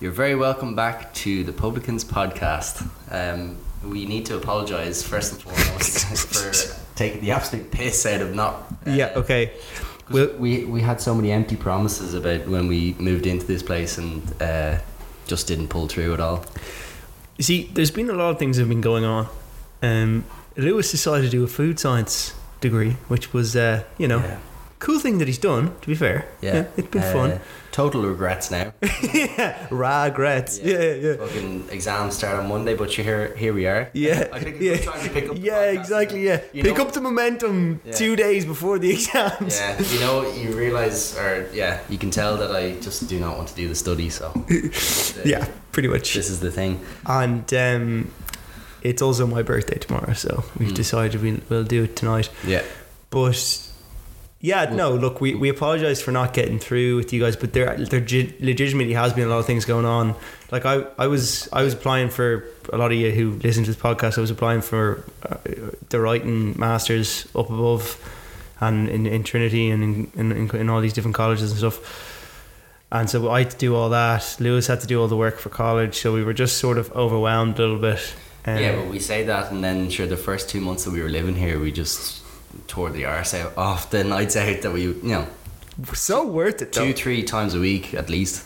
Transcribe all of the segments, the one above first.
very welcome back to the Publicans podcast. Um, we need to apologise first and foremost for taking the absolute piss out of not. uh, yeah. Okay. 'cause Well, we we had so many empty promises about when we moved into this place and uh, just didn't pull through at all. you see, there's been a lot of things that have been going on. Um, Lewis decided to do a food science degree, which was, uh, you know, yeah, cool thing that he's done. To be fair, yeah. it's been Uh, fun. Total regrets now. yeah, regrets. Yeah, yeah, yeah. Fucking exams start on Monday, but you here here we are. Yeah, I think it's yeah. good time to pick up. the Yeah, podcast. exactly. Yeah, You pick know- up the momentum Yeah. two days before the exams. Yeah, you know, you realize, or yeah, you can tell that I just do not want to do the study. So, Yeah, pretty much. this is the thing. And um, it's also my birthday tomorrow, so we've Mm. decided we, we'll do it tonight. Yeah, But yeah, Well- no, look, we, we apologize for not getting through with you guys, but there there ge- legitimately has been a lot of things going on. Like I, I was I was applying for a lot of you who listen to this podcast. I was applying for uh, the writing masters up above, and in, in Trinity and in, in in all these different colleges and stuff. And so I had to do all that. Lewis had to do all the work for college, so we were just sort of overwhelmed a little bit. Um, yeah, but we say that, and then sure, the first two months that we were living here, we just tore the arse out off the nights out that we, you know, so worth it. two Though. three times a week at least.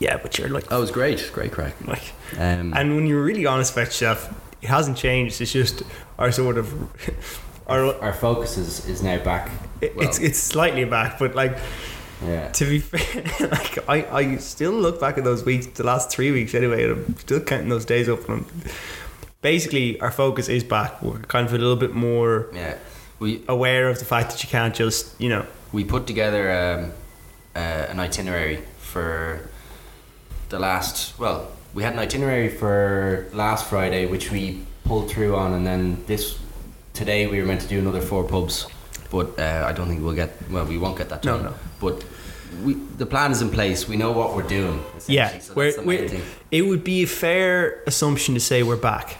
Yeah, but you're like, That was great, great crack. like Um, And when you're really honest about stuff, it hasn't changed. It's just our sort of our. our focus is, is now back. it- Well, it's it's slightly back, but like yeah. to be fair, like I, I still look back at those weeks, the last three weeks anyway, and I'm still counting those days up. And I'm, basically, our focus is back. We're kind of a little bit more yeah, we aware of the fact that you can't just you know we put together um, uh, an itinerary for the last well we had an itinerary for last friday which we pulled through on and then this today we were meant to do another four pubs but uh, i don't think we'll get well we won't get that No, done no. but we, the plan is in place we know what we're doing essentially, yeah. so We're, that's the main we're, thing. it would be a fair assumption to say we're back.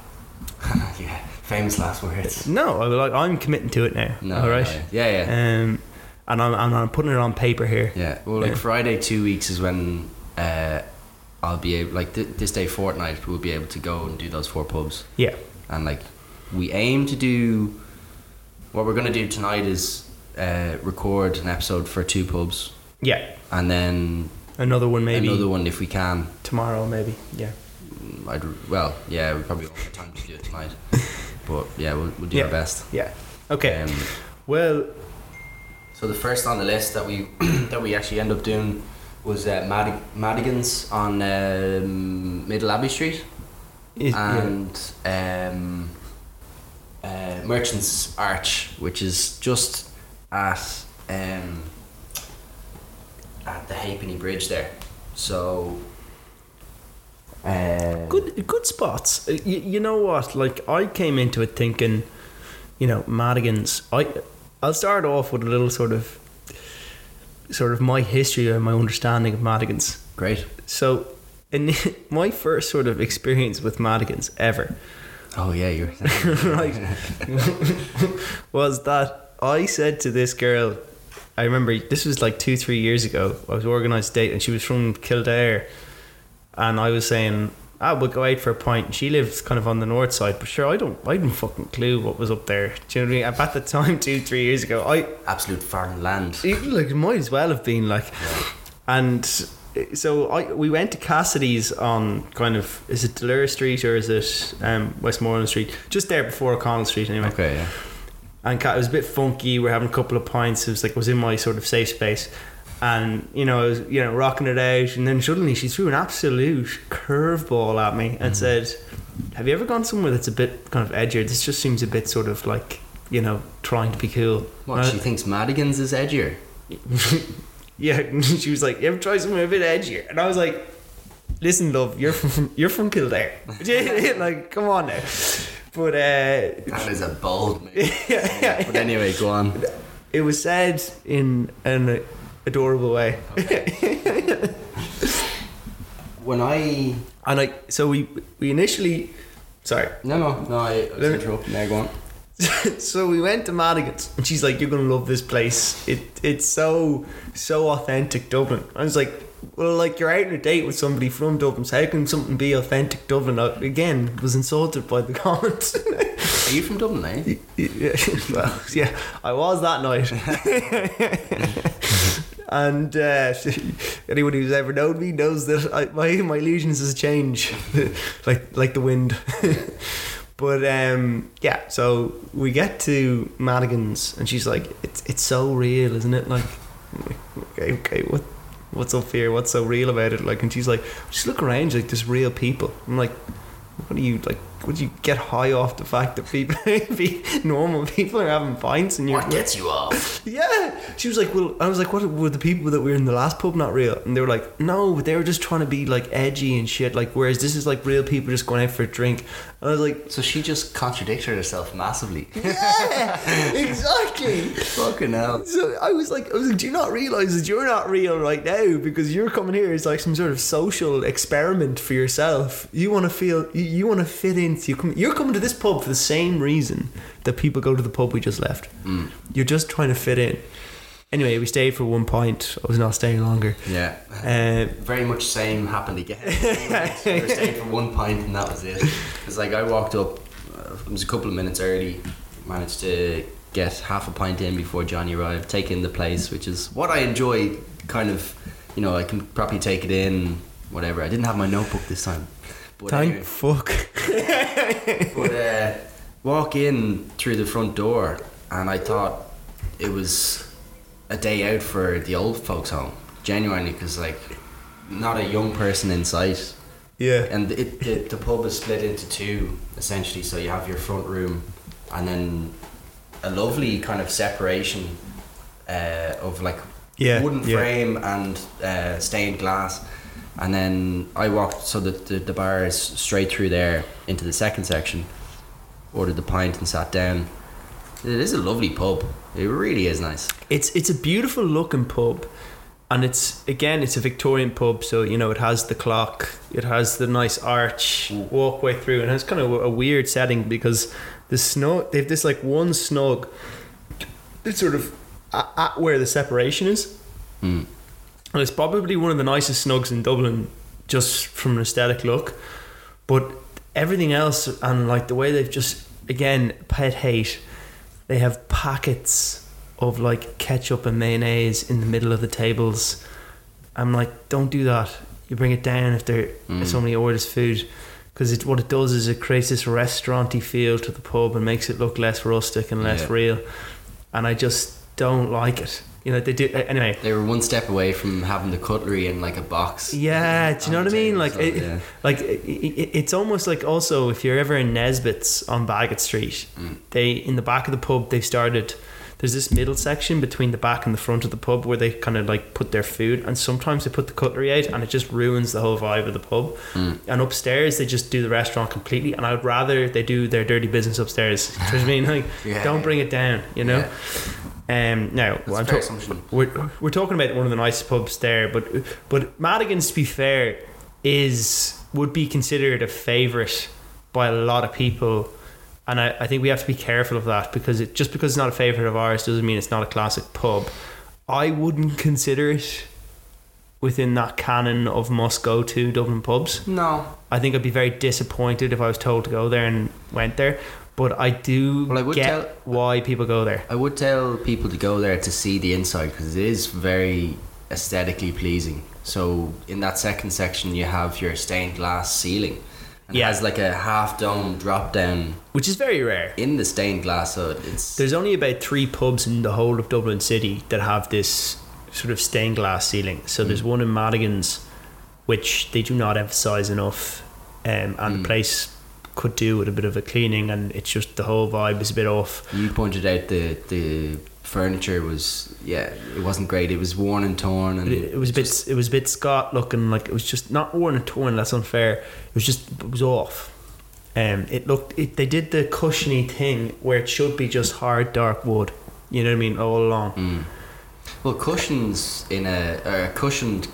yeah famous last words No, I'm like I'm committing to it now. all right. yeah yeah Um, and I'm, and I'm putting it on paper here. Yeah. Well, like Yeah. Friday, two weeks is when uh, I'll be able, like th- this day fortnight, we'll be able to go and do those four pubs. Yeah. And like, we aim to do. What we're gonna do tonight is uh, record an episode for two pubs, Yeah. and then Another one maybe another one if we can. tomorrow maybe. Yeah. I'd well, yeah, we probably won't have time to do it tonight, but yeah, we'll, we'll do Yeah. our best. Yeah. Okay. Um, well, So the first on the list that we that we actually end up doing was uh, Mad- Madigan's on um, Middle Abbey Street it- yeah. and um, uh, Merchants Arch, which is just at um, at the Halfpenny Bridge there. So uh, good good spots. You, you know what? Like I came into it thinking, you know, Madigan's. I I'll start off with a little sort of sort of my history and my understanding of Madigan's. Great. So, in my first sort of experience with Madigan's ever Oh yeah, you're right was that I said to this girl I remember this was like two three years ago I was organised a date and she was from Kildare and I was saying ah we'll go out for a pint and she lives kind of on the north side but sure I don't I didn't fucking clue what was up there do you know what I mean about the time two three years ago I Absolute foreign land. it, like it might as well have been like and so I we went to Cassidy's on kind of is it Delura Street or is it um, Westmoreland Street just there before O'Connell Street anyway Okay. Yeah. and Kat, it was a bit funky. We are having a couple of pints. It was like I was in my sort of safe space, and you know, I was you know rocking it out. And then suddenly she threw an absolute curveball at me and said, "Have you ever gone somewhere that's a bit kind of edgier? This just seems a bit sort of like you know trying to be cool." What she thinks Madigan's is edgier. yeah, she was like, "You ever try somewhere a bit edgier?" And I was like, "Listen, love, you're from you're from Kildare. like, come on now." But uh, That is a bold move. yeah, yeah, But anyway, go on. It was said in an adorable way. When I and I so we we initially sorry. no no no I, I was Let me- interrupting there. Go on. so we went to Madigan's and she's like, You're gonna love this place. It it's so so authentic Dublin. I was like, well, like you're out on a date with somebody from Dublin. So how can something be authentic Dublin? I, again, was insulted by the comment. Are you from Dublin, eh? yeah, well, yeah, I was that night. and uh, anyone who's ever known me knows that I, my my allegiances change, like like the wind. but um, yeah, so we get to Madigan's, and she's like, "It's it's so real, isn't it?" Like, I'm like, okay, okay, what what's up here? What's so real about it? Like, and she's like, "Just look around, like there's real people." I'm like. What do you like? Would you get high off the fact that people, be normal people are having pints and you're What gets you off? yeah. She was like, well, I was like, what were the people that were in the last pub not real? And they were like, no, but they were just trying to be like edgy and shit. Like, whereas this is like real people just going out for a drink. And I was like, So she just contradicted herself massively. yeah, exactly. Fucking hell. So I was like, I was like, do you not realize that you're not real right now because you're coming here as like some sort of social experiment for yourself. You want to feel, you, you want to fit into. You come, you're coming to this pub for the same reason that people go to the pub we just left. Mm. You're just trying to fit in. Anyway, we stayed for one pint. I was not staying longer. Yeah. Uh, Very much same happened again. we were staying for one pint and that was it. It's like I walked up, uh, it was a couple of minutes early, managed to get half a pint in before Johnny arrived, take in the place, which is what I enjoy. Kind of, you know, I can properly take it in, whatever. I didn't have my notebook this time. But thank anyway. fuck. but uh, walk in through the front door, and I thought it was a day out for the old folks' home. Genuinely, because like, not a young person in sight, Yeah. and it, the, the pub is split into two essentially. So you have your front room, and then a lovely kind of separation uh, of like Yeah, wooden yeah. frame and uh, stained glass. And then I walked, so the, the, the bar is straight through there into the second section. Ordered the pint and sat down. It is a lovely pub. It really is nice. It's it's a beautiful looking pub, and it's again it's a Victorian pub, so you know it has the clock, it has the nice arch walkway through, and it's kind of a weird setting because the snow they've this like one snug, it's sort of at, at where the separation is, Mm. and it's probably one of the nicest snugs in Dublin, just from an aesthetic look, but everything else and like the way they've just again pet hate they have packets of like ketchup and mayonnaise in the middle of the tables. I'm like, don't do that. You bring it down if there Mm. if somebody orders food, because it what it does is it creates this restauranty feel to the pub and makes it look less rustic and less Yeah. real. And I just don't like it. You know they do anyway. They were one step away from having the cutlery in like a box. Yeah, do you know on what the I mean? table, Like, so, it, yeah. like it, it, it's almost like also if you're ever in Nesbitt's on Bagot Street, Mm. they in the back of the pub they started. There's this middle section between the back and the front of the pub where they kind of like put their food, and sometimes they put the cutlery out, and it just ruins the whole vibe of the pub. Mm. And upstairs they just do the restaurant completely, and I'd rather they do their dirty business upstairs. Do you know what I mean? Like, Yeah. don't bring it down, you know. Um, now That's I'm a fair talk- assumption. we're, we're talking about one of the nicest pubs there, but but Madigan's to be fair is would be considered a favourite by a lot of people, and I, I think we have to be careful of that because it just because it's not a favourite of ours doesn't mean it's not a classic pub. I wouldn't consider it within that canon of must go to Dublin pubs. No. I think I'd be very disappointed if I was told to go there and went there. But I do Well, I would get tell- why people go there. I would tell people to go there to see the inside because it is very aesthetically pleasing. So in that second section, you have your stained glass ceiling. And Yeah. It has like a half dome drop down Which is very rare. in the stained glass, so it's There's only about three pubs in the whole of Dublin City that have this sort of stained glass ceiling. So there's one in Madigan's, which they do not emphasise enough, um, and the place could do with a bit of a cleaning, and it's just the whole vibe is a bit off. you pointed out the the furniture was yeah it wasn't great. It was worn and torn and It, it was a bit, it was a bit Scott looking, like it was just not worn and torn. That's unfair. It was just, it was off. Um, it looked, it, they did the cushiony thing where it should be just hard, dark wood. You know what I mean? All along. mm. well cushions in a or a cushioned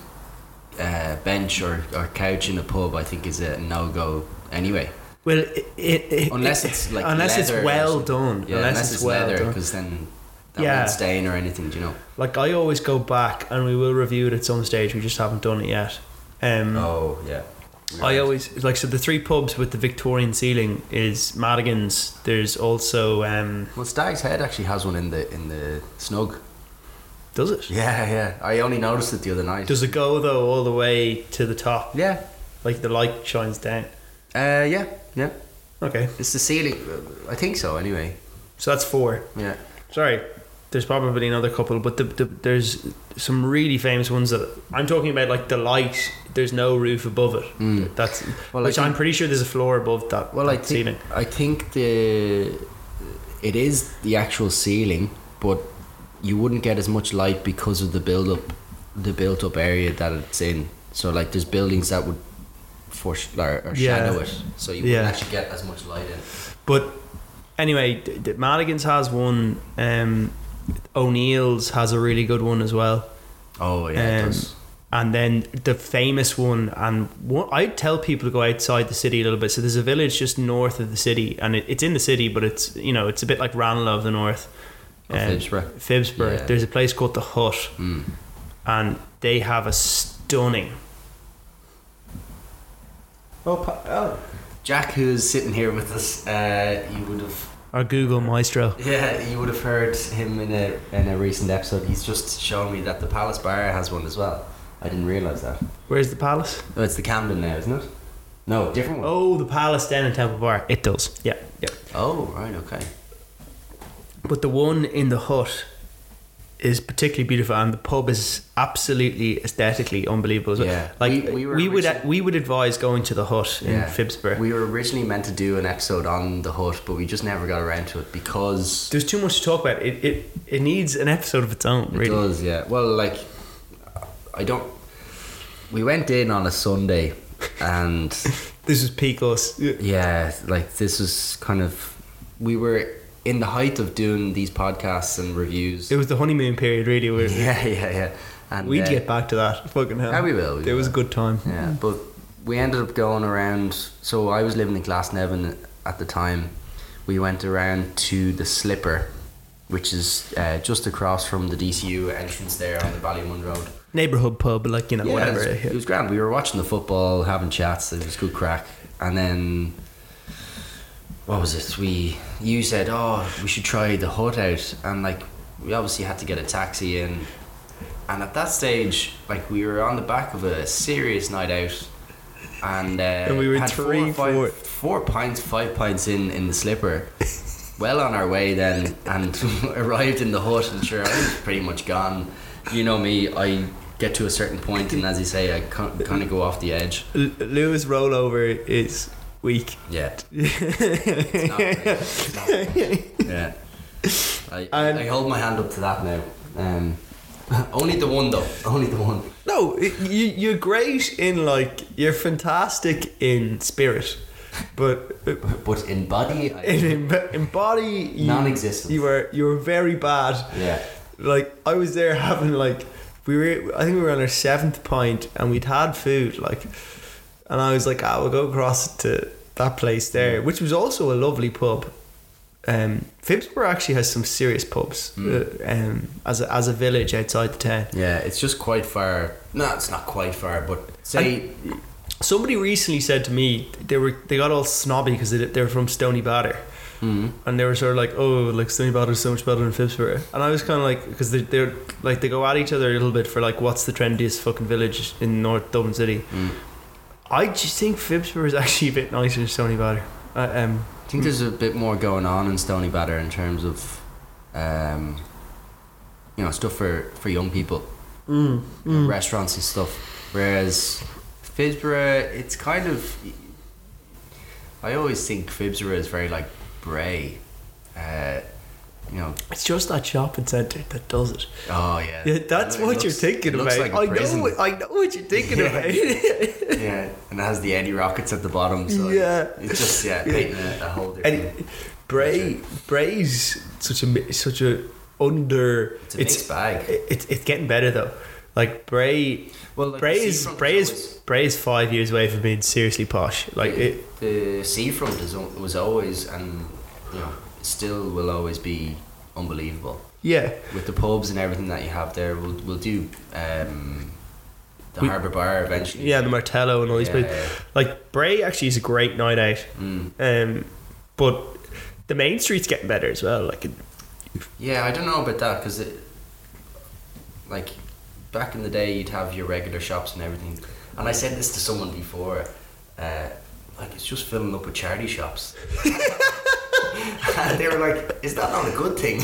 uh, bench or, or couch in a pub I think is a no go anyway. Well, it, it, it Unless it's, like, unless it's leather or well something. done, Yeah, unless, it's, well leather, done. because then that Yeah. won't stain or anything. Do you know? Like I always go back, and we will review it at some stage. We just haven't done it yet. Um, Oh yeah. I always like so the three pubs with the Victorian ceiling is Madigan's. There's also um, Well, Stag's Head actually has one in the in the snug. does it? Yeah, yeah. I only noticed it the other night. Does it go though all the way to the top? yeah. Like the light shines down. Uh, yeah, yeah. Okay, It's the ceiling. uh, I think so. Anyway. so that's four. Yeah. Sorry, there's probably another couple, but the, the, there's some really famous ones that I'm talking about. Like the light, there's no roof above it. Mm. That's Well, I which think- I'm pretty sure there's a floor above that. Well, that I think ceiling. I think the it is the actual ceiling, but you wouldn't get as much light because of the build up, the built up area that it's in. So like, there's buildings that would for or, or Yeah. shadow it, so you wouldn't Yeah. actually get as much light in. But anyway, d- d- Madigan's has one. Um, O'Neill's has a really good one as well. Oh yeah, it Um, does. And then the famous one, and one, I tell people to go outside the city a little bit. So there's a village just north of the city, and it, it's in the city, but it's you know it's a bit like Ranelagh of the north. um, Of Phibsborough. Phibsborough. Yeah. There's a place called the Hut, Mm. and they have a stunning. Oh, pa- oh. Jack, who's sitting here with us, uh, you would have Our Google Maestro. Yeah, you would have heard him in a in a recent episode. He's just shown me that the Palace Bar has one as well. I didn't realize that. Where's the palace? Oh, it's the Camden now, isn't it? No, different one. Oh, the palace down in Temple Bar. It does. Yeah, yeah. Oh, right, okay. But the one in the hut is particularly beautiful, and the pub is absolutely aesthetically unbelievable. as well. Yeah. like We- we, we were would originally- we would advise going to the hut in Yeah. Phibsborough. We were originally meant to do an episode on the hut, but we just never got around to it because There's too much to talk about. It it, it needs an episode of its own. it Really, does. Yeah. Well, like I don't. We went in on a Sunday, and this is peak us. yeah, like this was kind of we were in the height of doing these podcasts and reviews. It was the honeymoon period. Really, we Yeah, yeah, yeah. And we'd uh, get back to that. Fucking hell, Yeah, we will, we it was a will. good time. Yeah, but we ended up going around. So I was living in Glasnevin at the time. We went around to the Slipper, which is uh, just across from the DCU entrance there on the Ballymun Road. Neighborhood pub, like you know, Yeah, whatever. It was, it was grand. We were watching the football, having chats. It was good crack. And then, what was it? We you said, oh, we should try the hut out, and like we obviously had to get a taxi in. And at that stage, like we were on the back of a serious night out, and uh, And we were had three, four, or four. five, four pints, five pints in in the slipper. Well on our way then, and arrived in the hut, and sure, I was pretty much gone. You know me, I get to a certain point, and as you say, I kind of go off the edge. L- Lewis rollover is weak. Yeah. It's not great. It's not great. yeah. I, And- I hold my hand up to that now. Um, only the one though. Only the one. No, it, you you're great in like you're fantastic in spirit, but uh, But in body, I, in, in body you, Non-existent. You were you were very bad. yeah. Like I was there having like we were I think we were on our seventh pint and we'd had food like, and I was like ah we'll go across to that place there which was also a lovely pub. Um, Phibsborough actually has some serious pubs uh, um, as a, as a village outside the town. Yeah, it's just quite far. No, it's not quite far, but say. Somebody recently said to me they were they got all snobby because they, they were from Stony Batter, hmm, and they were sort of like, oh, like Stony Batter is so much better than Phibsborough, and I was kind of like, because they, they're like they go at each other a little bit for like what's the trendiest fucking village in North Dublin City. hmm. I just think Phibsborough is actually a bit nicer than Stony Batter. Uh, um, I think there's a bit more going on in Stony Batter in terms of, um, you know, stuff for, for young people, Mm, You know, restaurants and stuff. Whereas Phibsborough, it's kind of. I always think Phibsborough is very like Bray, uh, you know. it's just that shopping centre that does it. Oh yeah. Yeah, that's It what looks- you're thinking it about. looks like a I prison. know, I know what you're thinking Yeah. about. Yeah, and it has the Eddie Rockets at the bottom. So Yeah. It's just yeah, Yeah. painting a, a whole different. And it- Bray, Bray's such a mi- such a under. It's a mixed bag. it- It's it's getting better though. Like Bray, Well, like, Bray the is seafront Bray is is Bray is five years away from being seriously posh. Like it, the seafront is, al- was always and you know still will always be unbelievable Yeah. with the pubs and everything that you have there. We'll we'll do um, the We- Harbour Bar eventually. Yeah, the Martello and all these places. Like Bray actually is a great night out. Mm. Um, but the main street's getting better as well. Like, it- Yeah, I don't know about that because, like, back in the day, you'd have your regular shops and everything. And I said this to someone before, uh, like it's just filling up with charity shops. and they were like, "Is that not a good thing?"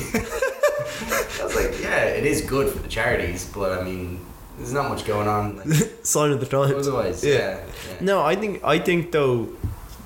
I was like, "Yeah, it is good for the charities, but I mean, there's not much going on like, sign of the times. otherwise." Yeah. Yeah. yeah. No, I think I think though,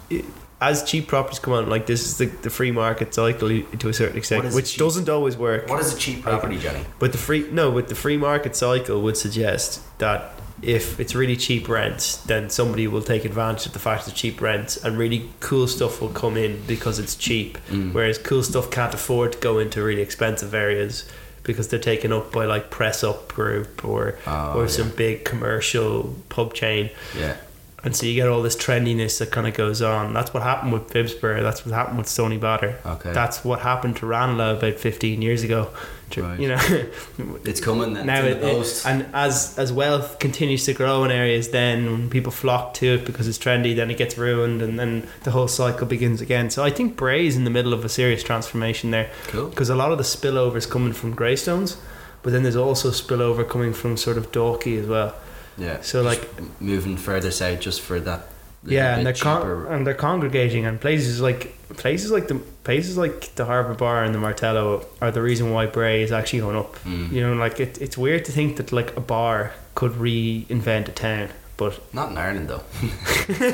it, as cheap properties come out, like this is the, the free market cycle to a certain What extent, is which cheap? doesn't always work. What is a cheap property, Johnny? But the free no, but the free market cycle would suggest that if it's really cheap rent, then somebody will take advantage of the fact it's cheap rent, and really cool stuff will come in because it's cheap. Mm. Whereas cool stuff can't afford to go into really expensive areas because they're taken up by like press up group or Oh, or yeah. some big commercial pub chain. Yeah. And so you get all this trendiness that kind of goes on. That's what happened with Fibsbury. That's what happened with Stony Batter. Okay. That's what happened to Ranelagh about 15 years ago. To- Right. You know, it's coming then. now Now it, it, and as as wealth continues to grow in areas, then when people flock to it because it's trendy, then it gets ruined, and then the whole cycle begins again. So I think Bray's in the middle of a serious transformation there cool. because a lot of the spillover is coming from Greystones, but then there's also spillover coming from sort of Dorky as well. Yeah. So Just like- m- moving further south just for that. little yeah, and bit they're con- cheaper- and they're congregating, and places like places like the places like the Harbour Bar and the Martello are the reason why Bray is actually going up. Mm. You know, like it, it's weird to think that like a bar could reinvent a town, but Not in Ireland though.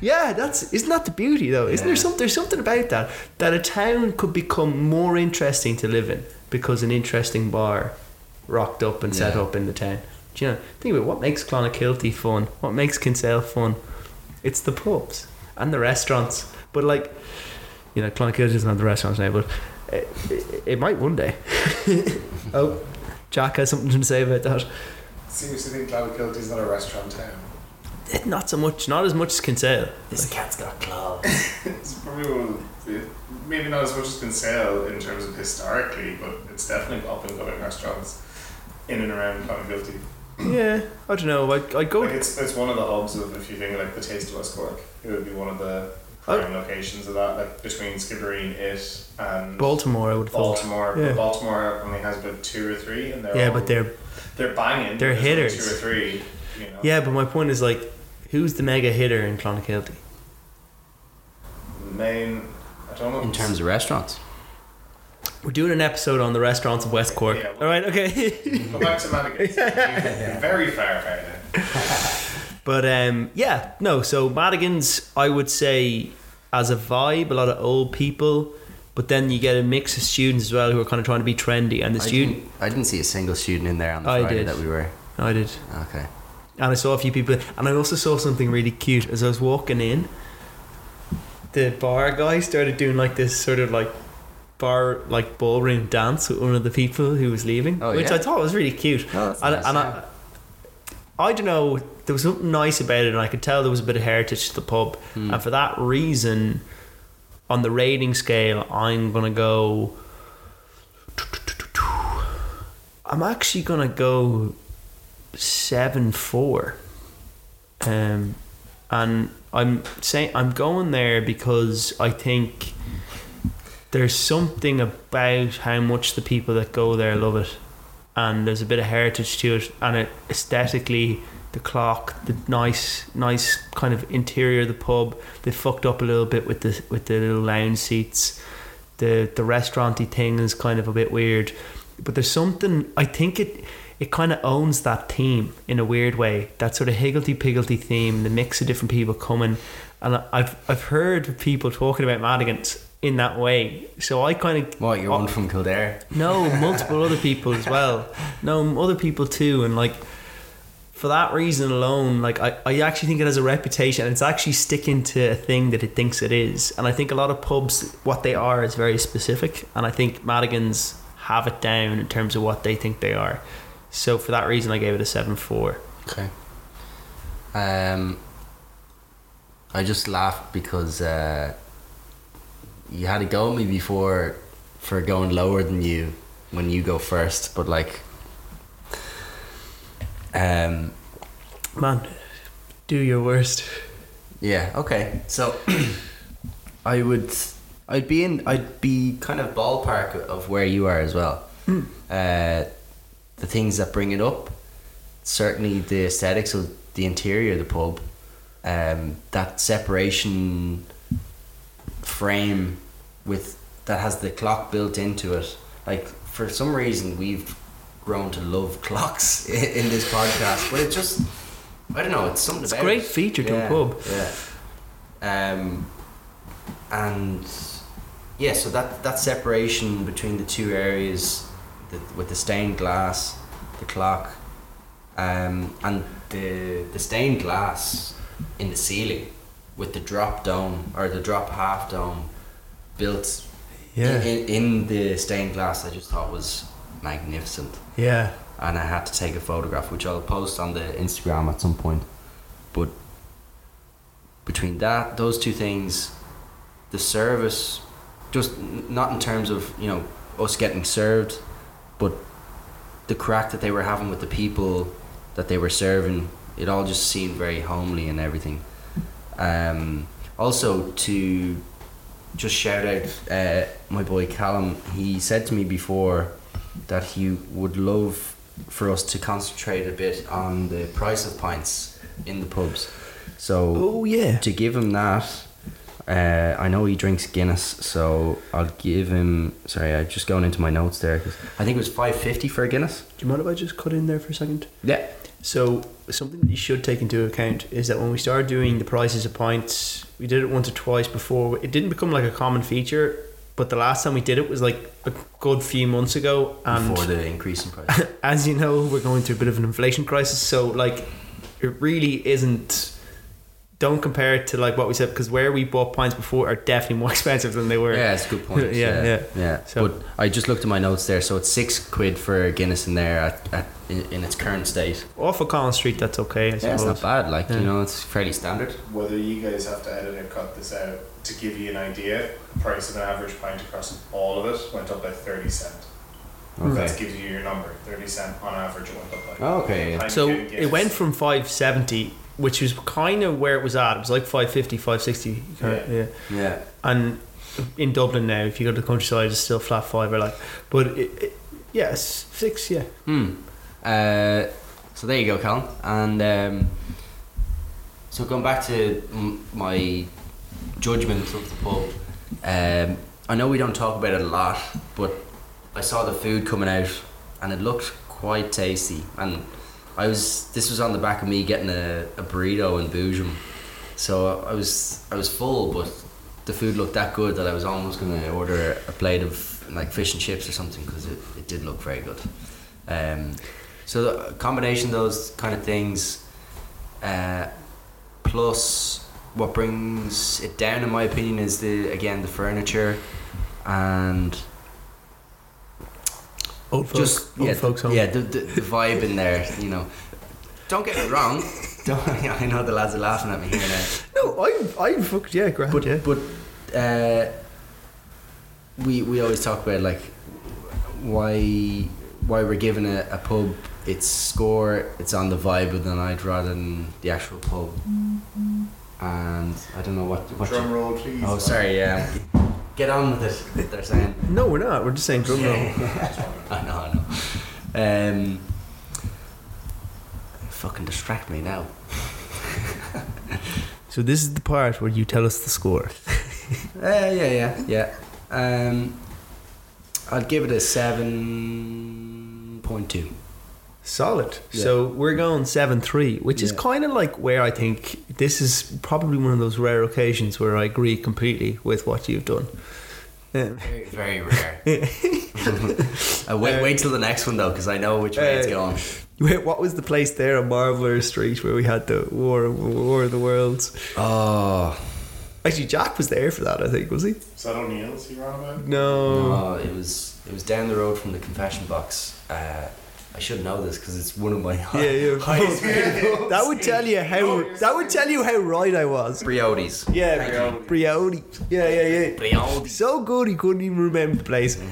yeah, that's isn't that the beauty though? Isn't there Yeah. some, there's something about that that a town could become more interesting to live in because an interesting bar rocked up and set Yeah. up in the town. Do you know? Think about what makes Clonakilty fun. What makes Kinsale fun? It's the pubs and the restaurants. But like, you know, Clonakilty doesn't have the restaurants now, but it, it, it might one day. oh, Jack has something to say about that. Seriously, think Clonakilty is not a restaurant town. Not so much. Not as much as Kinsale. This cat's got claws. It's probably one of the, maybe not as much as Kinsale in terms of historically, but it's definitely up and going restaurants in and around Clonakilty. yeah, I don't know. I I go Like it's it's one of the hubs of if you think like the Taste of West Cork, it would be one of the Oh. prime locations of that, like between Skibbereen, it and Baltimore, I would have thought. Baltimore. Yeah. But Baltimore only has about two or three, and they're Yeah, all- but they're they're banging. they're but there's hitters. only Two or three. You know. yeah. But my point is like, who's the mega hitter in Clonakilty? Main. I don't know. In terms of restaurants. We're doing an episode on the restaurants of West Cork. Yeah, All right, okay. Go back to Madagascar. You're Very far right now. but um, yeah, no. So Madigan's, I would say, as a vibe, a lot of old people. But then you get a mix of students as well who are kind of trying to be trendy, and the I student. Didn't, I didn't see a single student in there on the I Friday did. that we were. I did. Okay. and I saw a few people, and I also saw something really cute as I was walking in. The bar guy started doing like this sort of like bar like ballroom dance with one of the people who was leaving, Oh, which yeah? I thought was really cute. Oh, that's and nice, and yeah. I, I don't know, there was something nice about it, and I could tell there was a bit of heritage to the pub, Hmm. and for that reason, on the rating scale, I'm gonna go. I'm actually gonna go seven four, um, and I'm saying I'm going there because I think there's something about how much the people that go there love it, and there's a bit of heritage to it, and it aesthetically. The clock, the nice, nice kind of interior of the pub. They fucked up a little bit with the with the little lounge seats. The the restauranty thing is kind of a bit weird, but there's something I think it it kind of owns that theme in a weird way. That sort of higgledy piggledy theme, the mix of different people coming, and I- I've I've heard people talking about Madigan's in that way. So I kind of What, you're one from Kildare? no, multiple other people as well. No, other people too, and like for that reason alone, like I, I actually think it has a reputation, and it's actually sticking to a thing that it thinks it is. And I think a lot of pubs, what they are, is very specific, and I think Madigan's have it down in terms of what they think they are. So for that reason, I gave it a seven four. Okay. Um, I just laughed because uh, you had a go at me before for going lower than you when you go first, but like, um, Man, do your worst. yeah, okay. So I would, I'd be in, I'd be kind of ballpark of where you are as well. Uh, the things that bring it up, certainly the aesthetics of the interior of the pub, um, that separation frame with that has the clock built into it. Like for some reason we've grown to love clocks in, in this podcast, but it just I don't know. It's something. It's a about great it. feature to a Yeah, pub. Yeah. Um, and yeah, so that that separation between the two areas, the, with the stained glass, the clock, um, and the the stained glass in the ceiling, with the drop dome or the drop half dome, built Yeah. in, in the stained glass. I just thought was magnificent Yeah. and I had to take a photograph, which I'll post on the Instagram at some point. But between that, those two things, the service, just n- not in terms of you know us getting served, but the crack that they were having with the people that they were serving, it all just seemed very homely and everything. Um, also to just shout out uh, my boy Callum. He said to me before that he would love for us to concentrate a bit on the price of pints in the pubs. So Oh yeah. to give him that, uh, I know he drinks Guinness, so I'll give him. Sorry, I'm just going into my notes there 'cause I think it was five fifty for a Guinness. Do you mind if I just cut in there for a second? Yeah. So something that you should take into account is that when we started doing the prices of pints, we did it once or twice before. It didn't become like a common feature, but the last time we did it was like a good few months ago, and Before the increase in price. as you know, we're going through a bit of an inflation crisis. So like, it really isn't. Don't compare it to like what we said because where we bought pints before are definitely more expensive than they were. Yeah, it's a good point. Yeah, yeah. So- but I just looked at my notes there, so it's six quid for Guinness in there at, at in, in its current state. Off of Collins Street, that's okay. I Yeah, it's not suppose. bad. Like Yeah. you know, it's fairly standard. Whether you guys have to edit or cut this out to give you an idea, price of an average pint across all of it went up by thirty cent. That gives you your number. Thirty cent on average went up by. Oh, Okay. Pint So in it Guinness. went from 570, which was kind of where it was at. It was like 550, 560. kind- uh, Yeah. Yeah. And in Dublin now, if you go to the countryside, it's still flat five or like. But it, it, yes, six, yeah. Hmm. Uh, so there you go, Colin. And um, so going back to m- my judgment of the pub, um, I know we don't talk about it a lot, but I saw the food coming out, and it looked quite tasty. And I was this was on the back of me getting a, a burrito in Boojum, so I was I was full, but the food looked that good that I was almost gonna order a plate of like fish and chips or something because it, it did look very good. Um, so the combination of those kind of things, uh, plus what brings it down, in my opinion, is the again the furniture, and Old folks, just old yeah, folks the, home. yeah, the, the, the vibe in there. You know, don't get me wrong. Don't, I know the lads are laughing at me here now. No, I, I fucked, yeah, grand, But yeah. but uh, we we always talk about like why why we're giving a, a pub its score. It's on the vibe of the night rather than the actual pub. And I don't know what what. Drum You, roll, please. oh, sorry. Yeah, get on with it. They're saying. No, we're not. We're just saying drum roll. I know, I know. Um, fucking distract me now. So this is the part where you tell us the score. Uh, yeah, yeah, yeah. Um, I'd give it a seven point two. Solid. Yeah. So we're going seven three, which is Yeah. kind of like where I think this is probably one of those rare occasions where I agree completely with what you've done. Um, Very, very rare. uh, wait, Uh, wait till the next one though, because I know which way it's uh, going. Wait, what was the place there on Marlborough Street where we had the War War of the Worlds? Oh, Actually, Jack was there for that. I think was he? Is that O'Neill's you wrong about? Oh, no, No. it was it was down the road from the confession box. Uh, I should know this because it's one of my Yeah, yeah. highest Yeah. That would tell you No, how you're that would tell you how right I was. Briodes. Yeah, Brioni. Brioni. Yeah, yeah, yeah. Briodes. So good he couldn't even remember the place.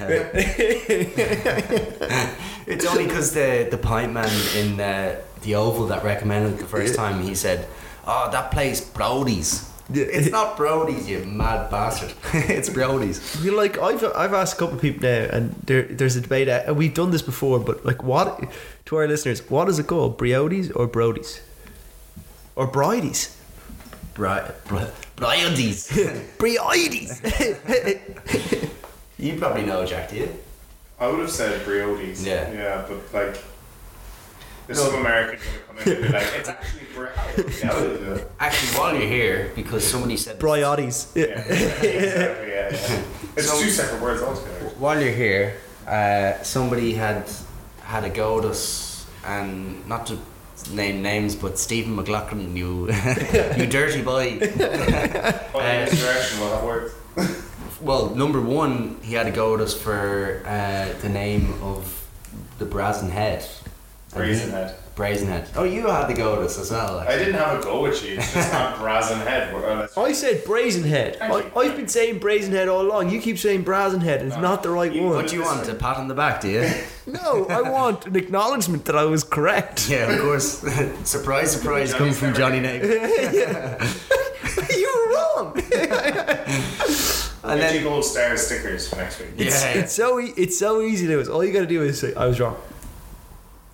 It's only because the the pint man in uh, the Oval that recommended it the first time he said, "Oh, that place Brodies." Yeah. It's not Brodies, you mad bastard. it's Brodies. You know, like I've I've asked a couple of people now, and there there's a debate, uh, and we've done this before. But like, what to our listeners, what is it called, Briodes or Brodies, or Brides? Bri- bri- Briodes. Briodes. you probably know Jack, do you? I would have said Briodes. Yeah. Yeah, but like. There's No. some American gonna come in and be like, it's actually Briodes. Actually, while you're here, because somebody said Briodes. Yeah, Yeah. exactly, yeah, yeah. It's So- two separate words altogether. while you're here, uh, somebody had had a go at us, and not to name names, but Stephen McLaughlin, you you dirty boy. Well, in this direction will have worked. Well, number one, he had a go at us for uh, the name of the Brazen Head. And he- Brazen head. Brazen Head. Oh, you had the go at us as well. I Like. didn't have a go with you. It's just not brazen head. We're- uh, Oh, I said brazenhead. I, Thank you. I've been saying brazenhead all along. You keep saying brazenhead, and it's No. not the right You- one. What do you want? A pat on the back, do you? No, I want an acknowledgement that I was correct. yeah, of course. surprise, surprise, come Johnny's from never- Johnny Nate. you were wrong. And get then, you gold star stickers for next week. It's, yeah, it's so e- it's so easy to do. All you got to do is say I was wrong.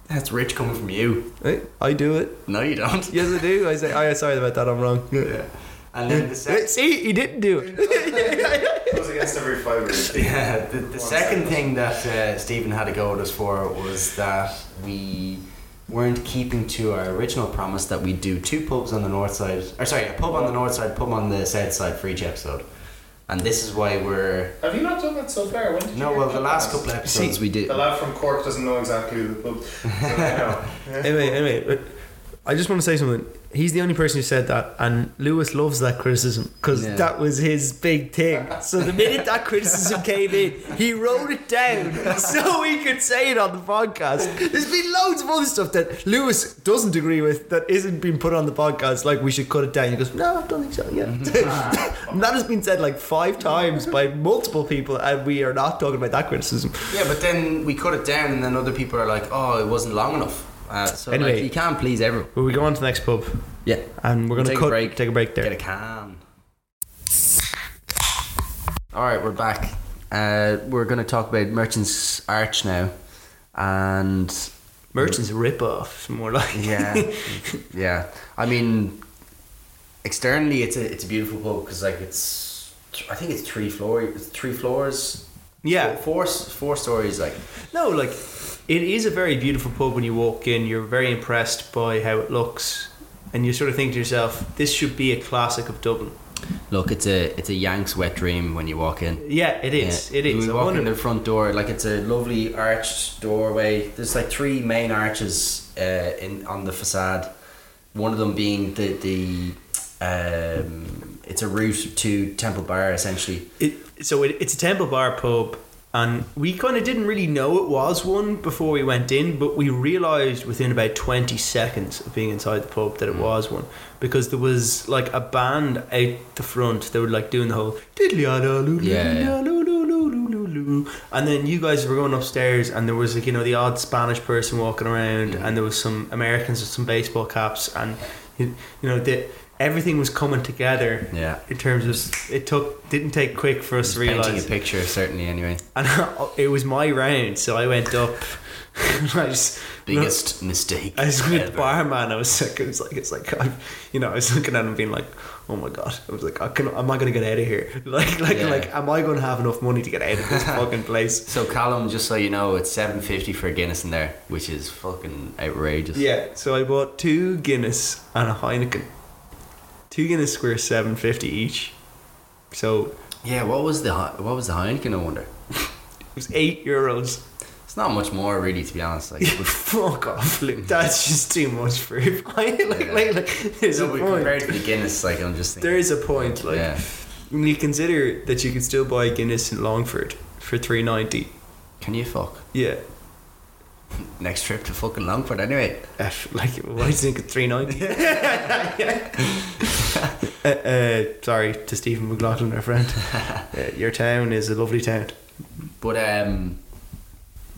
that's rich coming from you. Eh, I do it. No, you don't. Yes, I do. I say, oh, yeah, sorry about that. I'm wrong. Yeah. And then the Eh, second, See, he didn't do it. It goes against every fiber. yeah, the, the second thing that uh, Stephen had a go at us for was that we weren't keeping to our original promise that we'd do two pubs on the north side, or sorry, a pub on the north side, pub on the south side for each episode. And this is why we're Have you not done that so far? When did you no, do well, that? the last couple of episodes we did. The lad from Cork doesn't know exactly who the pub. So I know. anyway, anyway, eh, I just want to say something. He's the only person who said that, and Lewis loves that criticism because Yeah. that was his big thing. So the minute that criticism came in, he wrote it down so he could say it on the podcast. There's been loads of other stuff that Lewis doesn't agree with that isn't being put on the podcast. Like we should cut it down. He goes, no, I don't think so. Yeah. And that has been said like five times by multiple people, and we are not talking about that criticism. Yeah, but then we cut it down, and then other people are like, "Oh, it wasn't long enough." Uh, so like, Anyway. you can't please everyone. But we go on to the next pub, Yeah, and we're gonna Take a cut, break. take a break there. get a can. All right, we're back. Uh, we're going to talk about Merchant's Arch now, and Merchants rip off, more like. yeah, yeah. I mean, externally, it's a it's a beautiful pub because like it's I think it's three floor it's three floors. Yeah. four four, four stories. Like No, like it is a very beautiful pub when you walk in. You're very impressed by how it looks, and you sort of think to yourself, "This should be a classic of Dublin." look, it's a it's a Yanks wet dream when you walk in. Yeah, it is. It is. We I walk wonder- in the front door, like it's a lovely arched doorway. There's like three main arches uh, in on the facade. One of them being the the um, it's a route to Temple Bar essentially. It, so it, it's a Temple Bar pub, and we kind of didn't really know it was one before we went in, but we realised within about 20 seconds of being inside the pub that it was one because there was like a band out the front. They were like doing the whole Yeah, yeah. diddly-ah-da-loo-loo-loo-loo-loo-loo-loo-loo. and then you guys were going upstairs, and there was like you know the odd Spanish person walking around, and there was some Americans with some baseball caps, and you, you know the, everything was coming together Yeah. in terms of it took didn't take quick for us to Painting a realize picture certainly anyway. and it was my round so I went up and I just Biggest mistake. I was with ever. the barman I was sick it was like it's like I, you know I was looking at him being like oh my god I was like I can, am I gonna get out of here like like Yeah. like am I gonna have enough money to get out of this fucking place So Callum, just so you know, it's seven fifty for a Guinness in there, which is fucking outrageous. yeah so I bought two Guinness and a Heineken two Guinness were 750 each so Yeah. What was the Hei- what was the Heineken? I wonder. it was 8 euros It's not much more really, to be honest. Like. Fuck off, Luke. That's just too much for you. like, like, like, like, there's No, a but point. compared to the Guinness, like I'm just thinking, There is a point. Like, yeah. when you consider that you can still buy Guinness in Longford for three ninety. Can you fuck? Yeah. next trip to fucking Longford anyway. Uh, like, what do you think of 390? uh, uh, sorry to Stephen McLaughlin, our friend. Uh, your town is a lovely town. But um,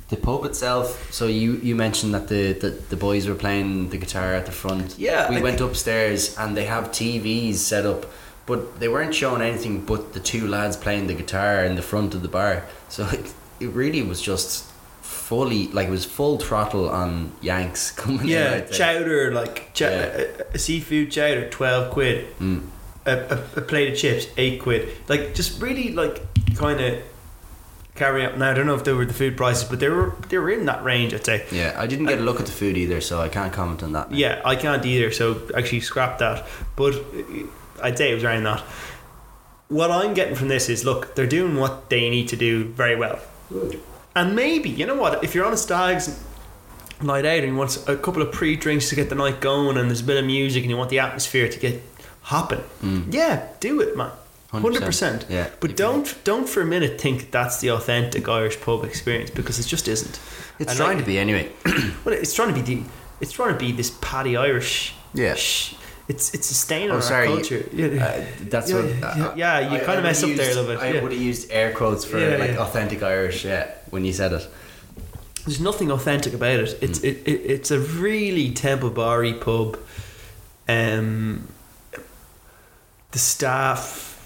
the pub itself. So you you mentioned that the the, the boys were playing the guitar at the front. Yeah, we I went upstairs and they have TVs set up, but they weren't showing anything but the two lads playing the guitar in the front of the bar. So it, it really was just fully like it was full throttle on Yanks coming. in Yeah, right there. chowder, like chow- Yeah. a, a seafood chowder, 12 quid. Mm. A, a, a plate of chips, 8 quid. Like, just really, like, kind of carry up. Now, I don't know if they were the food prices, but they were, they were in that range, I'd say. Yeah, I didn't get a look at the food either, so I can't comment on that. now. Yeah, I can't either. So actually, scrap that. But uh, I'd say it was around that. What I'm getting from this is, look, they're doing what they need to do very well. And maybe you know what? If you're on a stags night out and you want a couple of pre-drinks to get the night going, and there's a bit of music, and you want the atmosphere to get hopping, Mm. yeah, do it, man. 100%. Hundred percent. Yeah. But don't don't for a minute think that's the authentic Irish pub experience because it just isn't. It's And trying like- to be anyway. Well, it's trying to be the, it's trying to be this patty Irish. Yeah. Sh- it's it's a stain Oh, on sorry, our culture. Yeah, Uh, that's yeah, what. uh, yeah, yeah, you I- kind I of mess up would've there a used- little bit. I yeah. would have used air quotes for Yeah, like yeah. authentic Irish, yeah, when you said it. There's nothing authentic about it. mm. It's it, it, it's a really Temple Barry pub. Um, the staff,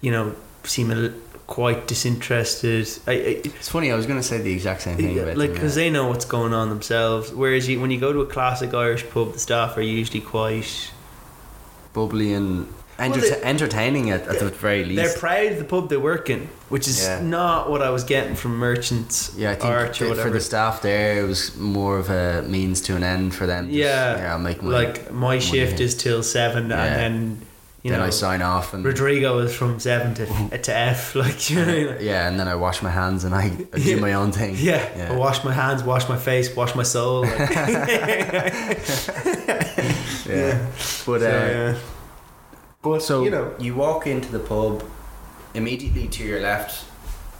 you know, seem a li- quite disinterested. I, I, It's funny. I was gonna say the uh, exact same thing about like them, because they know what's going on themselves. Whereas you, when you go to a classic Irish pub, the staff are usually quite. yeah. bubbly and enter- they- entertaining at, at the very They're least. proud of the pub they work in, which is Yeah. not what I was getting from merchants, yeah, I think Arch or that whatever. for the staff there, it was more of a means to an end for them. Just, Yeah, yeah, I'll make money. like my shift here. is till seven, Yeah. and then you then know I sign off and Rodrigo is from seven to to F. Like you know, what I mean? Like, yeah, and then I wash my hands and I, I Yeah. do my own thing. yeah, Yeah. I wash my hands, wash my face, wash my soul. like- yeah. Yeah. But So, uh, yeah. But so you you know- know, you walk into the pub. Immediately to your left,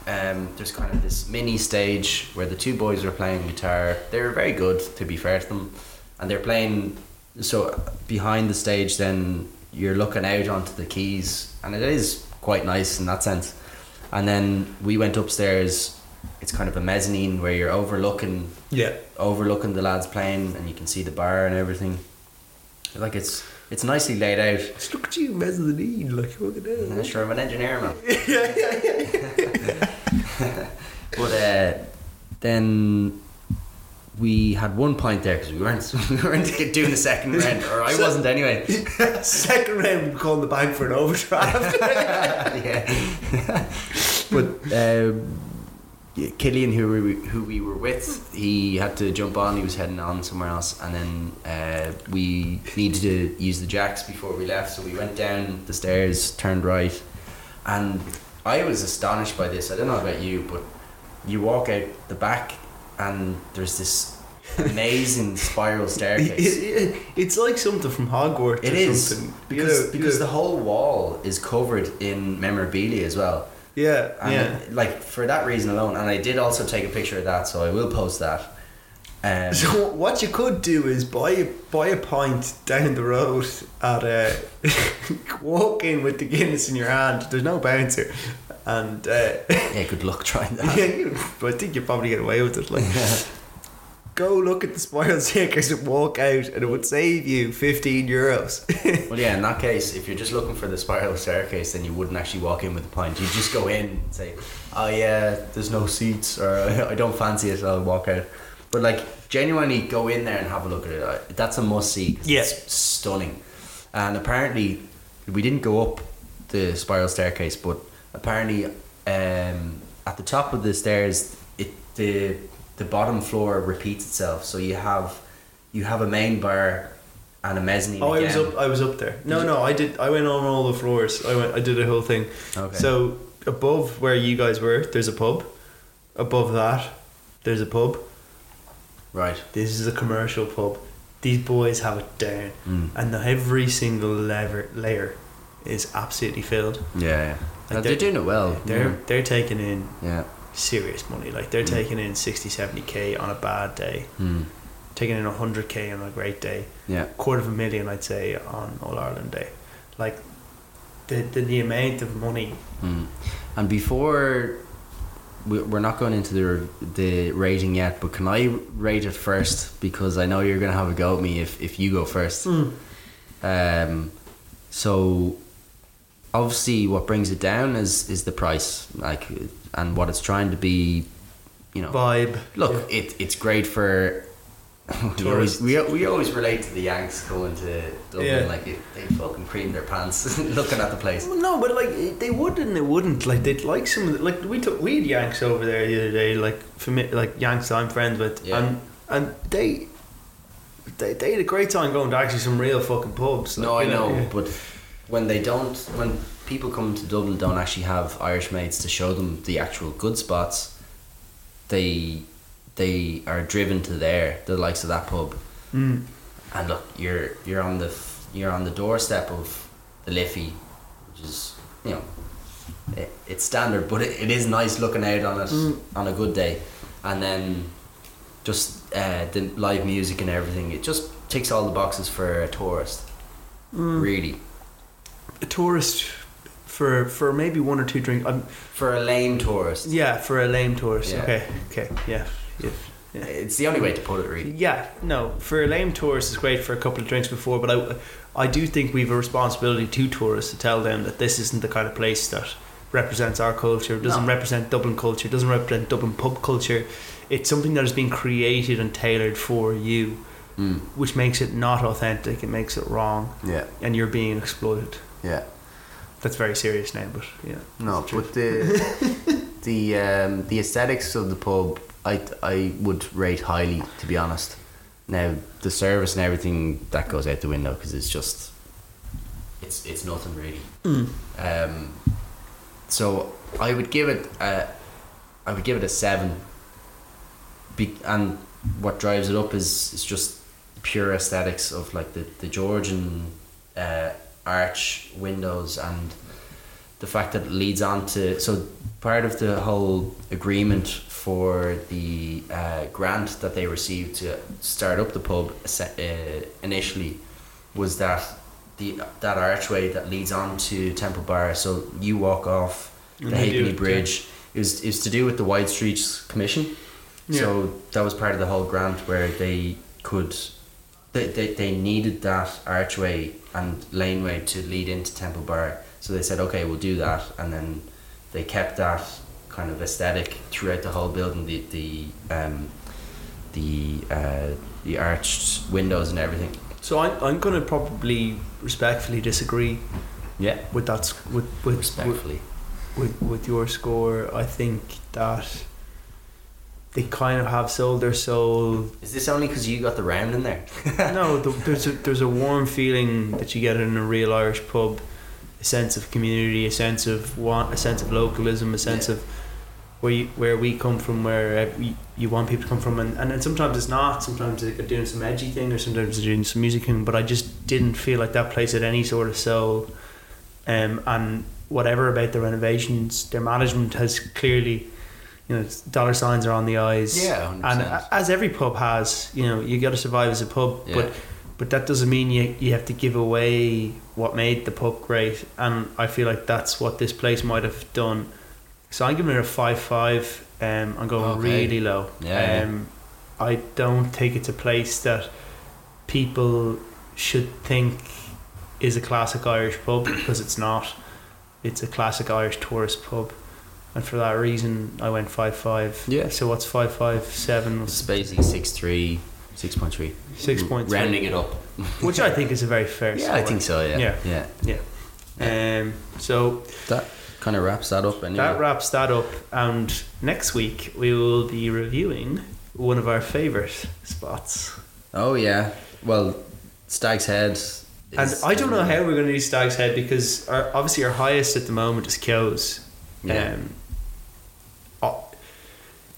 um, there's kind of this mini stage where the two boys are playing guitar. They were very good, to be fair to them, and they're playing. So behind the stage, then you're looking out onto the keys, and it is quite nice in that sense. And then we went upstairs. It's kind of a mezzanine where you're overlooking yeah, overlooking the lads playing, and you can see the bar and everything. Like it's it's nicely laid out. Just look at you, mezzanine, like look at I'm that. sure I'm an engineer, man. but uh, then we had one pint there because we weren't we weren't doing the second round, or I So- wasn't anyway. Second round, we're calling the bank for an overdraft. yeah. but um, yeah, Killian, who we, who we were with, he had to jump on. He was heading on somewhere else, and then uh, we needed to use the jacks before we left. So we went down the stairs, turned right, and I was astonished by this. I don't know about you, but you walk out the back, and there's this amazing spiral It- staircase. it- it's like something from Hogwarts. It or is something. because Yeah, because yeah. the whole wall is covered in memorabilia as well. yeah, And yeah. like for that reason alone, and I did also take a picture of that, so I will post that. Um, So what you could do is buy a- buy a pint down the road at a walk in with the Guinness in your hand. There's no bouncer, and uh, yeah, good luck trying that. you, I think you probably get away with it. Like, go look at the spiral stickers and walk out, and it would save you fifteen euros. well, yeah, in that case, if you're just looking for the spiral staircase, then you wouldn't actually walk in with a pint. You just go in and say, "Oh yeah, there's no seats," or "I don't fancy it," I'll walk out. But like, genuinely, go in there and have a look at it. I- That's a must see. 'cause Yeah. it's stunning. And apparently, we didn't go up the spiral staircase, but apparently, um, at the top of the stairs, it the the bottom floor repeats itself. So you have you have a main bar and a mezzanine. Oh, I was again. up. I was up there. No, Did you- no, I did. I went on all the floors. I went. I did a whole thing. Okay. So above where you guys were, there's a pub. Above that, there's a pub. right. This is a commercial pub. These boys have it down, Mm. and the, every single lever, layer is absolutely filled. Yeah. yeah. Like they're, they're- doing it well. They're they're taking in yeah. serious money. Like they're Mm. taking in 60, 70k on a bad day, Mm. taking in 100k on a great day, Yeah. quarter of a million, I'd say, on All Ireland day. Like the, the the amount of money. Mm. And before we- we're not going into the the rating yet, but can I rate it first because I know you're gonna have a go at me if if you go first. Um, so obviously, what brings it down is is the price, like, and what it's trying to be. You know, Vibe. look, it it's great for. We always, Tourists. we, we always relate to the Yanks going to Dublin Yeah. like it, they fucking cream their pants looking at the place. Well, No, but like they would and they wouldn't. Like they'd like some of the, like we took we had Yanks over there the other day. Like for me, like Yanks that I'm friends with, Yeah. and and they, they they had a great time going to actually some real fucking pubs. like, No, I you know, but when they don't, when people come to Dublin don't actually have Irish mates to show them the actual good spots, they they are driven to there, the likes of that pub. Mm. And look, you're you're on the f- you're on the doorstep of the Liffey, which is you know it, it's standard, but it, it is nice looking out on it Mm. on a good day, and then just uh, the live music and everything. It just ticks all the boxes for a tourist, Mm. really. a tourist for for maybe one or two drinks. Um, For a lame tourist, yeah, for a lame tourist. Yeah. Okay, okay, yeah, yeah. it's the only way to put it, really. Yeah, no, for a lame tourist, it's great for a couple of drinks before, but I, I do think we have a responsibility to tourists to tell them that this isn't the kind of place that represents our culture, doesn't No. represent Dublin culture, doesn't represent Dublin pub culture. It's something that has been created and tailored for you, Mm, which makes it not authentic, it makes it wrong, yeah, and you're being exploited. yeah. That's very serious now, but yeah. No, but the the um, the aesthetics of the pub, I I would rate highly, to be honest. Now the service and everything that goes out the window because it's just it's it's nothing really. Um, so I would give it a, I would give it a seven. Be, and what drives it up is is just pure aesthetics of like the the Georgian uh, arch windows and the fact that it leads on to so part of the whole agreement for the uh, grant that they received to start up the pub se- uh, initially was that the that archway that leads on to Temple Bar. So you walk off the And they do Halfpenny it, Bridge. It was is to do with the Wide Streets Commission. Yeah. So that was part of the whole grant where they could they, they, they needed that archway and laneway to lead into Temple Bar. So they said, okay, we'll do that. And then they kept that kind of aesthetic throughout the whole building, the, the, um, the, uh, the arched windows and everything. So I'm, I'm going to probably respectfully disagree Yeah. with that, sc- with, with, with, Respectfully. with with your score, I think that they kind of have sold their soul. Is this only because you got the round in there? no, the, there's a, there's a warm feeling that you get in a real Irish pub, a sense of community, a sense of want, a sense of localism, a sense Yeah. of where you, where we come from, where uh, we, you want people to come from, and, and, and sometimes it's not. Sometimes they're doing some edgy thing, or sometimes they're doing some music thing. But I just didn't feel like that place had any sort of soul, um, and whatever about the renovations, their management has clearly, you know, it's- dollar signs are on the eyes. Yeah, 100%. and uh, a- as every pub has, you know, you got to survive as a pub, Yeah. but but that doesn't mean you you have to give away what made the pub great. And I feel like that's what this place might have done. So I'm giving it a five five. Um, I'm going Okay. really low. Yeah, Um, I don't think it's a place that people should think is a classic Irish pub because it's not. It's a classic Irish tourist pub, and for that reason, I went five five. Yeah. So what's five five seven? It's basically 6.3, 6.3. 6.3. Mm, Rounding it up. which I think is a very fair. Yeah, I think so, yeah. Yeah. Yeah. Um, so That kind of wraps that up anyway. that wraps that up, and next week we will be reviewing one of our favourite spots. Oh yeah. Well, Stag's Head. Is And I don't know how we're going to do Stag's Head because our, obviously our highest at the moment is Kyo's. Yeah. Um, oh,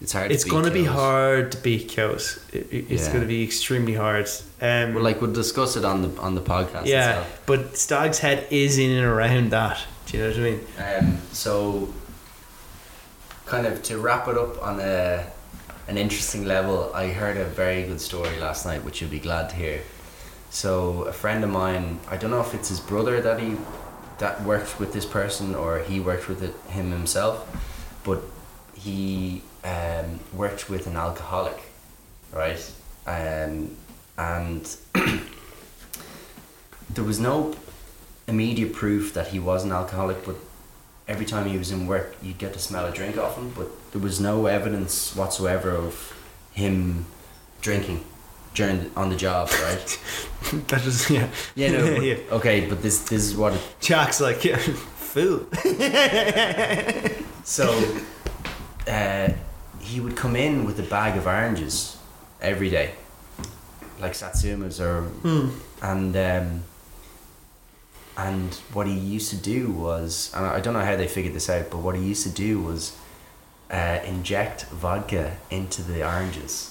it's hard. it's to going to be Kills. hard to beat Kyo's. It, it- it's Yeah. going to be extremely hard. Um, Well, like we'll discuss it on the on the podcast. yeah, Itself. but Stag's Head is in and around that. Do you know what I mean? Um, so, Um, kind of to wrap it up on a an interesting level, I heard a very good story last night, which you'll be glad to hear. So a friend of mine, I don't know if it's his brother that he that worked with this person or he worked with it, him himself, but he um, worked with an alcoholic, right? Um, and there was no immediate proof that he was an alcoholic, but every time he was in work, you'd get to smell a drink off him, but there was no evidence whatsoever of him drinking during on the job, right? That just yeah. yeah, no, but- yeah. okay, but this this is what it, Jack's like yeah, fool. so uh, he would come in with a bag of oranges every day, like satsumas or Hmm, and um, and what he used to do was and I don't know how they figured this out, but what he used to do was uh, inject vodka into the oranges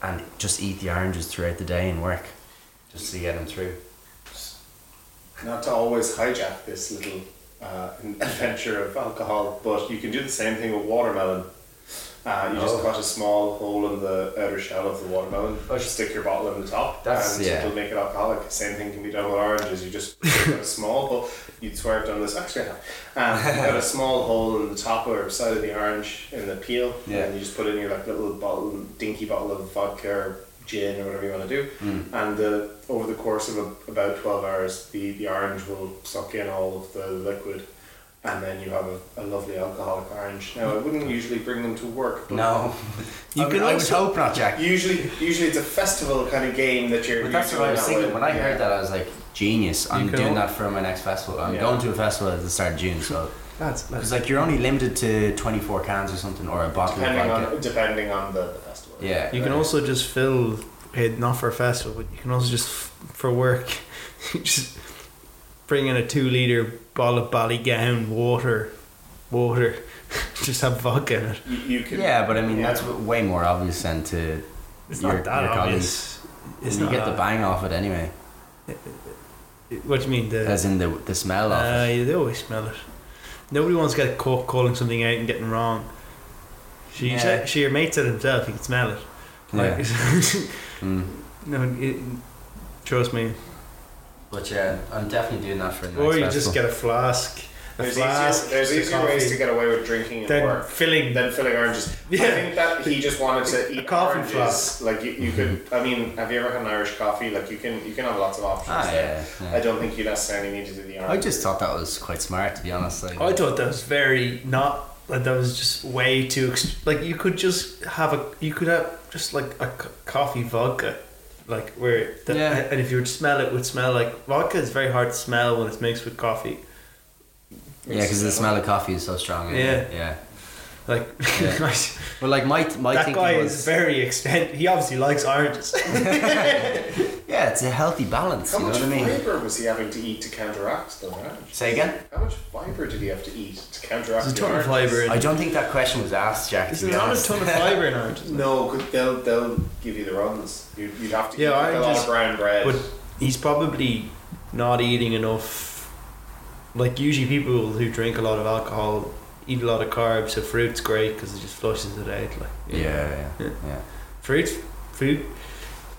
and just eat the oranges throughout the day and work just to get him through. Not to always hijack this little uh, adventure of alcohol, but you can do the same thing with watermelon. Uh, you Oh. just cut a small hole in the outer shell of the watermelon. Just stick your bottle in the top, That's- and yeah. it'll make it alcoholic. Same thing can be done with oranges. You just cut a small, hole. you'd swear I've done this. Actually, I have. Um, you cut a small hole in the top or side of the orange in the peel, Yeah. and you just put it in your like little bottle, dinky bottle of vodka or gin or whatever you want to do. Hmm. And the, over the course of a, about twelve hours, the, the orange will suck in all of the liquid, and then you have a, a lovely alcoholic orange. Now, I Hmm. wouldn't usually bring them to work, but No, You I, can mean, I would also- hope not, Jack. usually usually it's a festival kind of game that you're. But that's you're what I was doing thinking. When I heard that, I was like, genius. I'm can doing al- that for my next festival. I'm Yeah. going to a festival at the start of June, so. That's Because, like, you're only limited to 24 cans or something, or a bottle of Depending vodka. on depending on the, the festival. Yeah. You can also just fill it not for a festival, but you can also just f- for work, just bring in a two liter bottle of Ballygown water, water, just have vodka in it. You, you can. Yeah, but I mean, yeah. that's w- way more obvious than to. It's Your- not that your obvious. It's you not get the that- bang off it anyway, What do you mean the? as in the the smell of Uh, it. yeah, they always smell it. Nobody wants to get caught calling something out and getting wrong. She, Yeah. said, she, your mate said himself, he can smell it. Like, Yeah. Mm. no, it, trust me. But yeah, I'm definitely doing that for the next Or you festival. just get a flask. A There's flask. easier, there's the easier ways coffee. to get away with drinking at then work filling than filling oranges. I Yeah. think that he just wanted to eat coffee oranges. flask. Like you, you could. I mean, have you ever had an Irish coffee? Like you can, you can have lots of options. Ah, there. yeah. I yeah. don't think you necessarily need to do the orange. I just thought that was quite smart, to be honest. Like, I thought that was very not like that was just way too ext- like you could just have a you could have just like a c- coffee vodka like where the, Yeah. and if you would smell it, it would smell like vodka is very hard to smell when it's mixed with coffee yeah, because the smell of coffee is so strong. Yeah. Yeah. like Yeah. But like my my that thinking guy was, is very extent he obviously likes oranges yeah, it's a healthy balance. How you know much what I mean? fiber was he having to eat to counteract the orange? Say again. How much fiber did he have to eat to counteract there's a the ton of orange? fiber in I it don't think that question was asked, Jack. there's to be not a honest. ton of fiber in oranges No, 'cause they'll they'll give you the runs. You you'd have to Yeah, eat like a lot oranges- of brown bread. But he's probably not eating enough. Like usually, people who drink a lot of alcohol eat a lot of carbs. So fruit's great because it just flushes it out. Like Yeah, yeah, yeah. Yeah. fruit, fruit.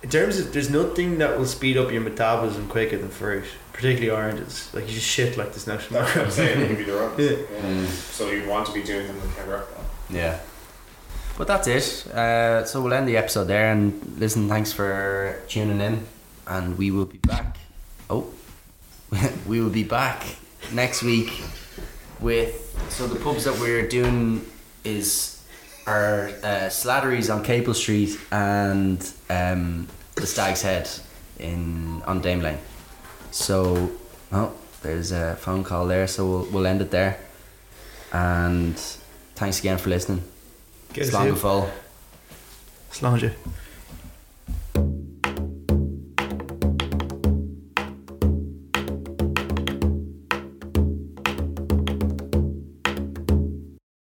In terms of, there's nothing that will speed up your metabolism quicker than fruit, particularly oranges. Like you just shit like there's no that's what I'm tomorrow. saying. They give you the runs. Yeah. Mm, So you want to be doing them to counteract that. yeah. But that's it. Uh, so we'll end the episode there. And listen, thanks for tuning in. And we will be back. Oh, we will be back next week with. So the pubs that we're doing is our uh, Slattery's on Capel Street and um, the Stag's Head in on Dame Lane. So, oh, there's a phone call there. So we'll, we'll end it there. And thanks again for listening. Get us Slán go out. fóill. Slán you.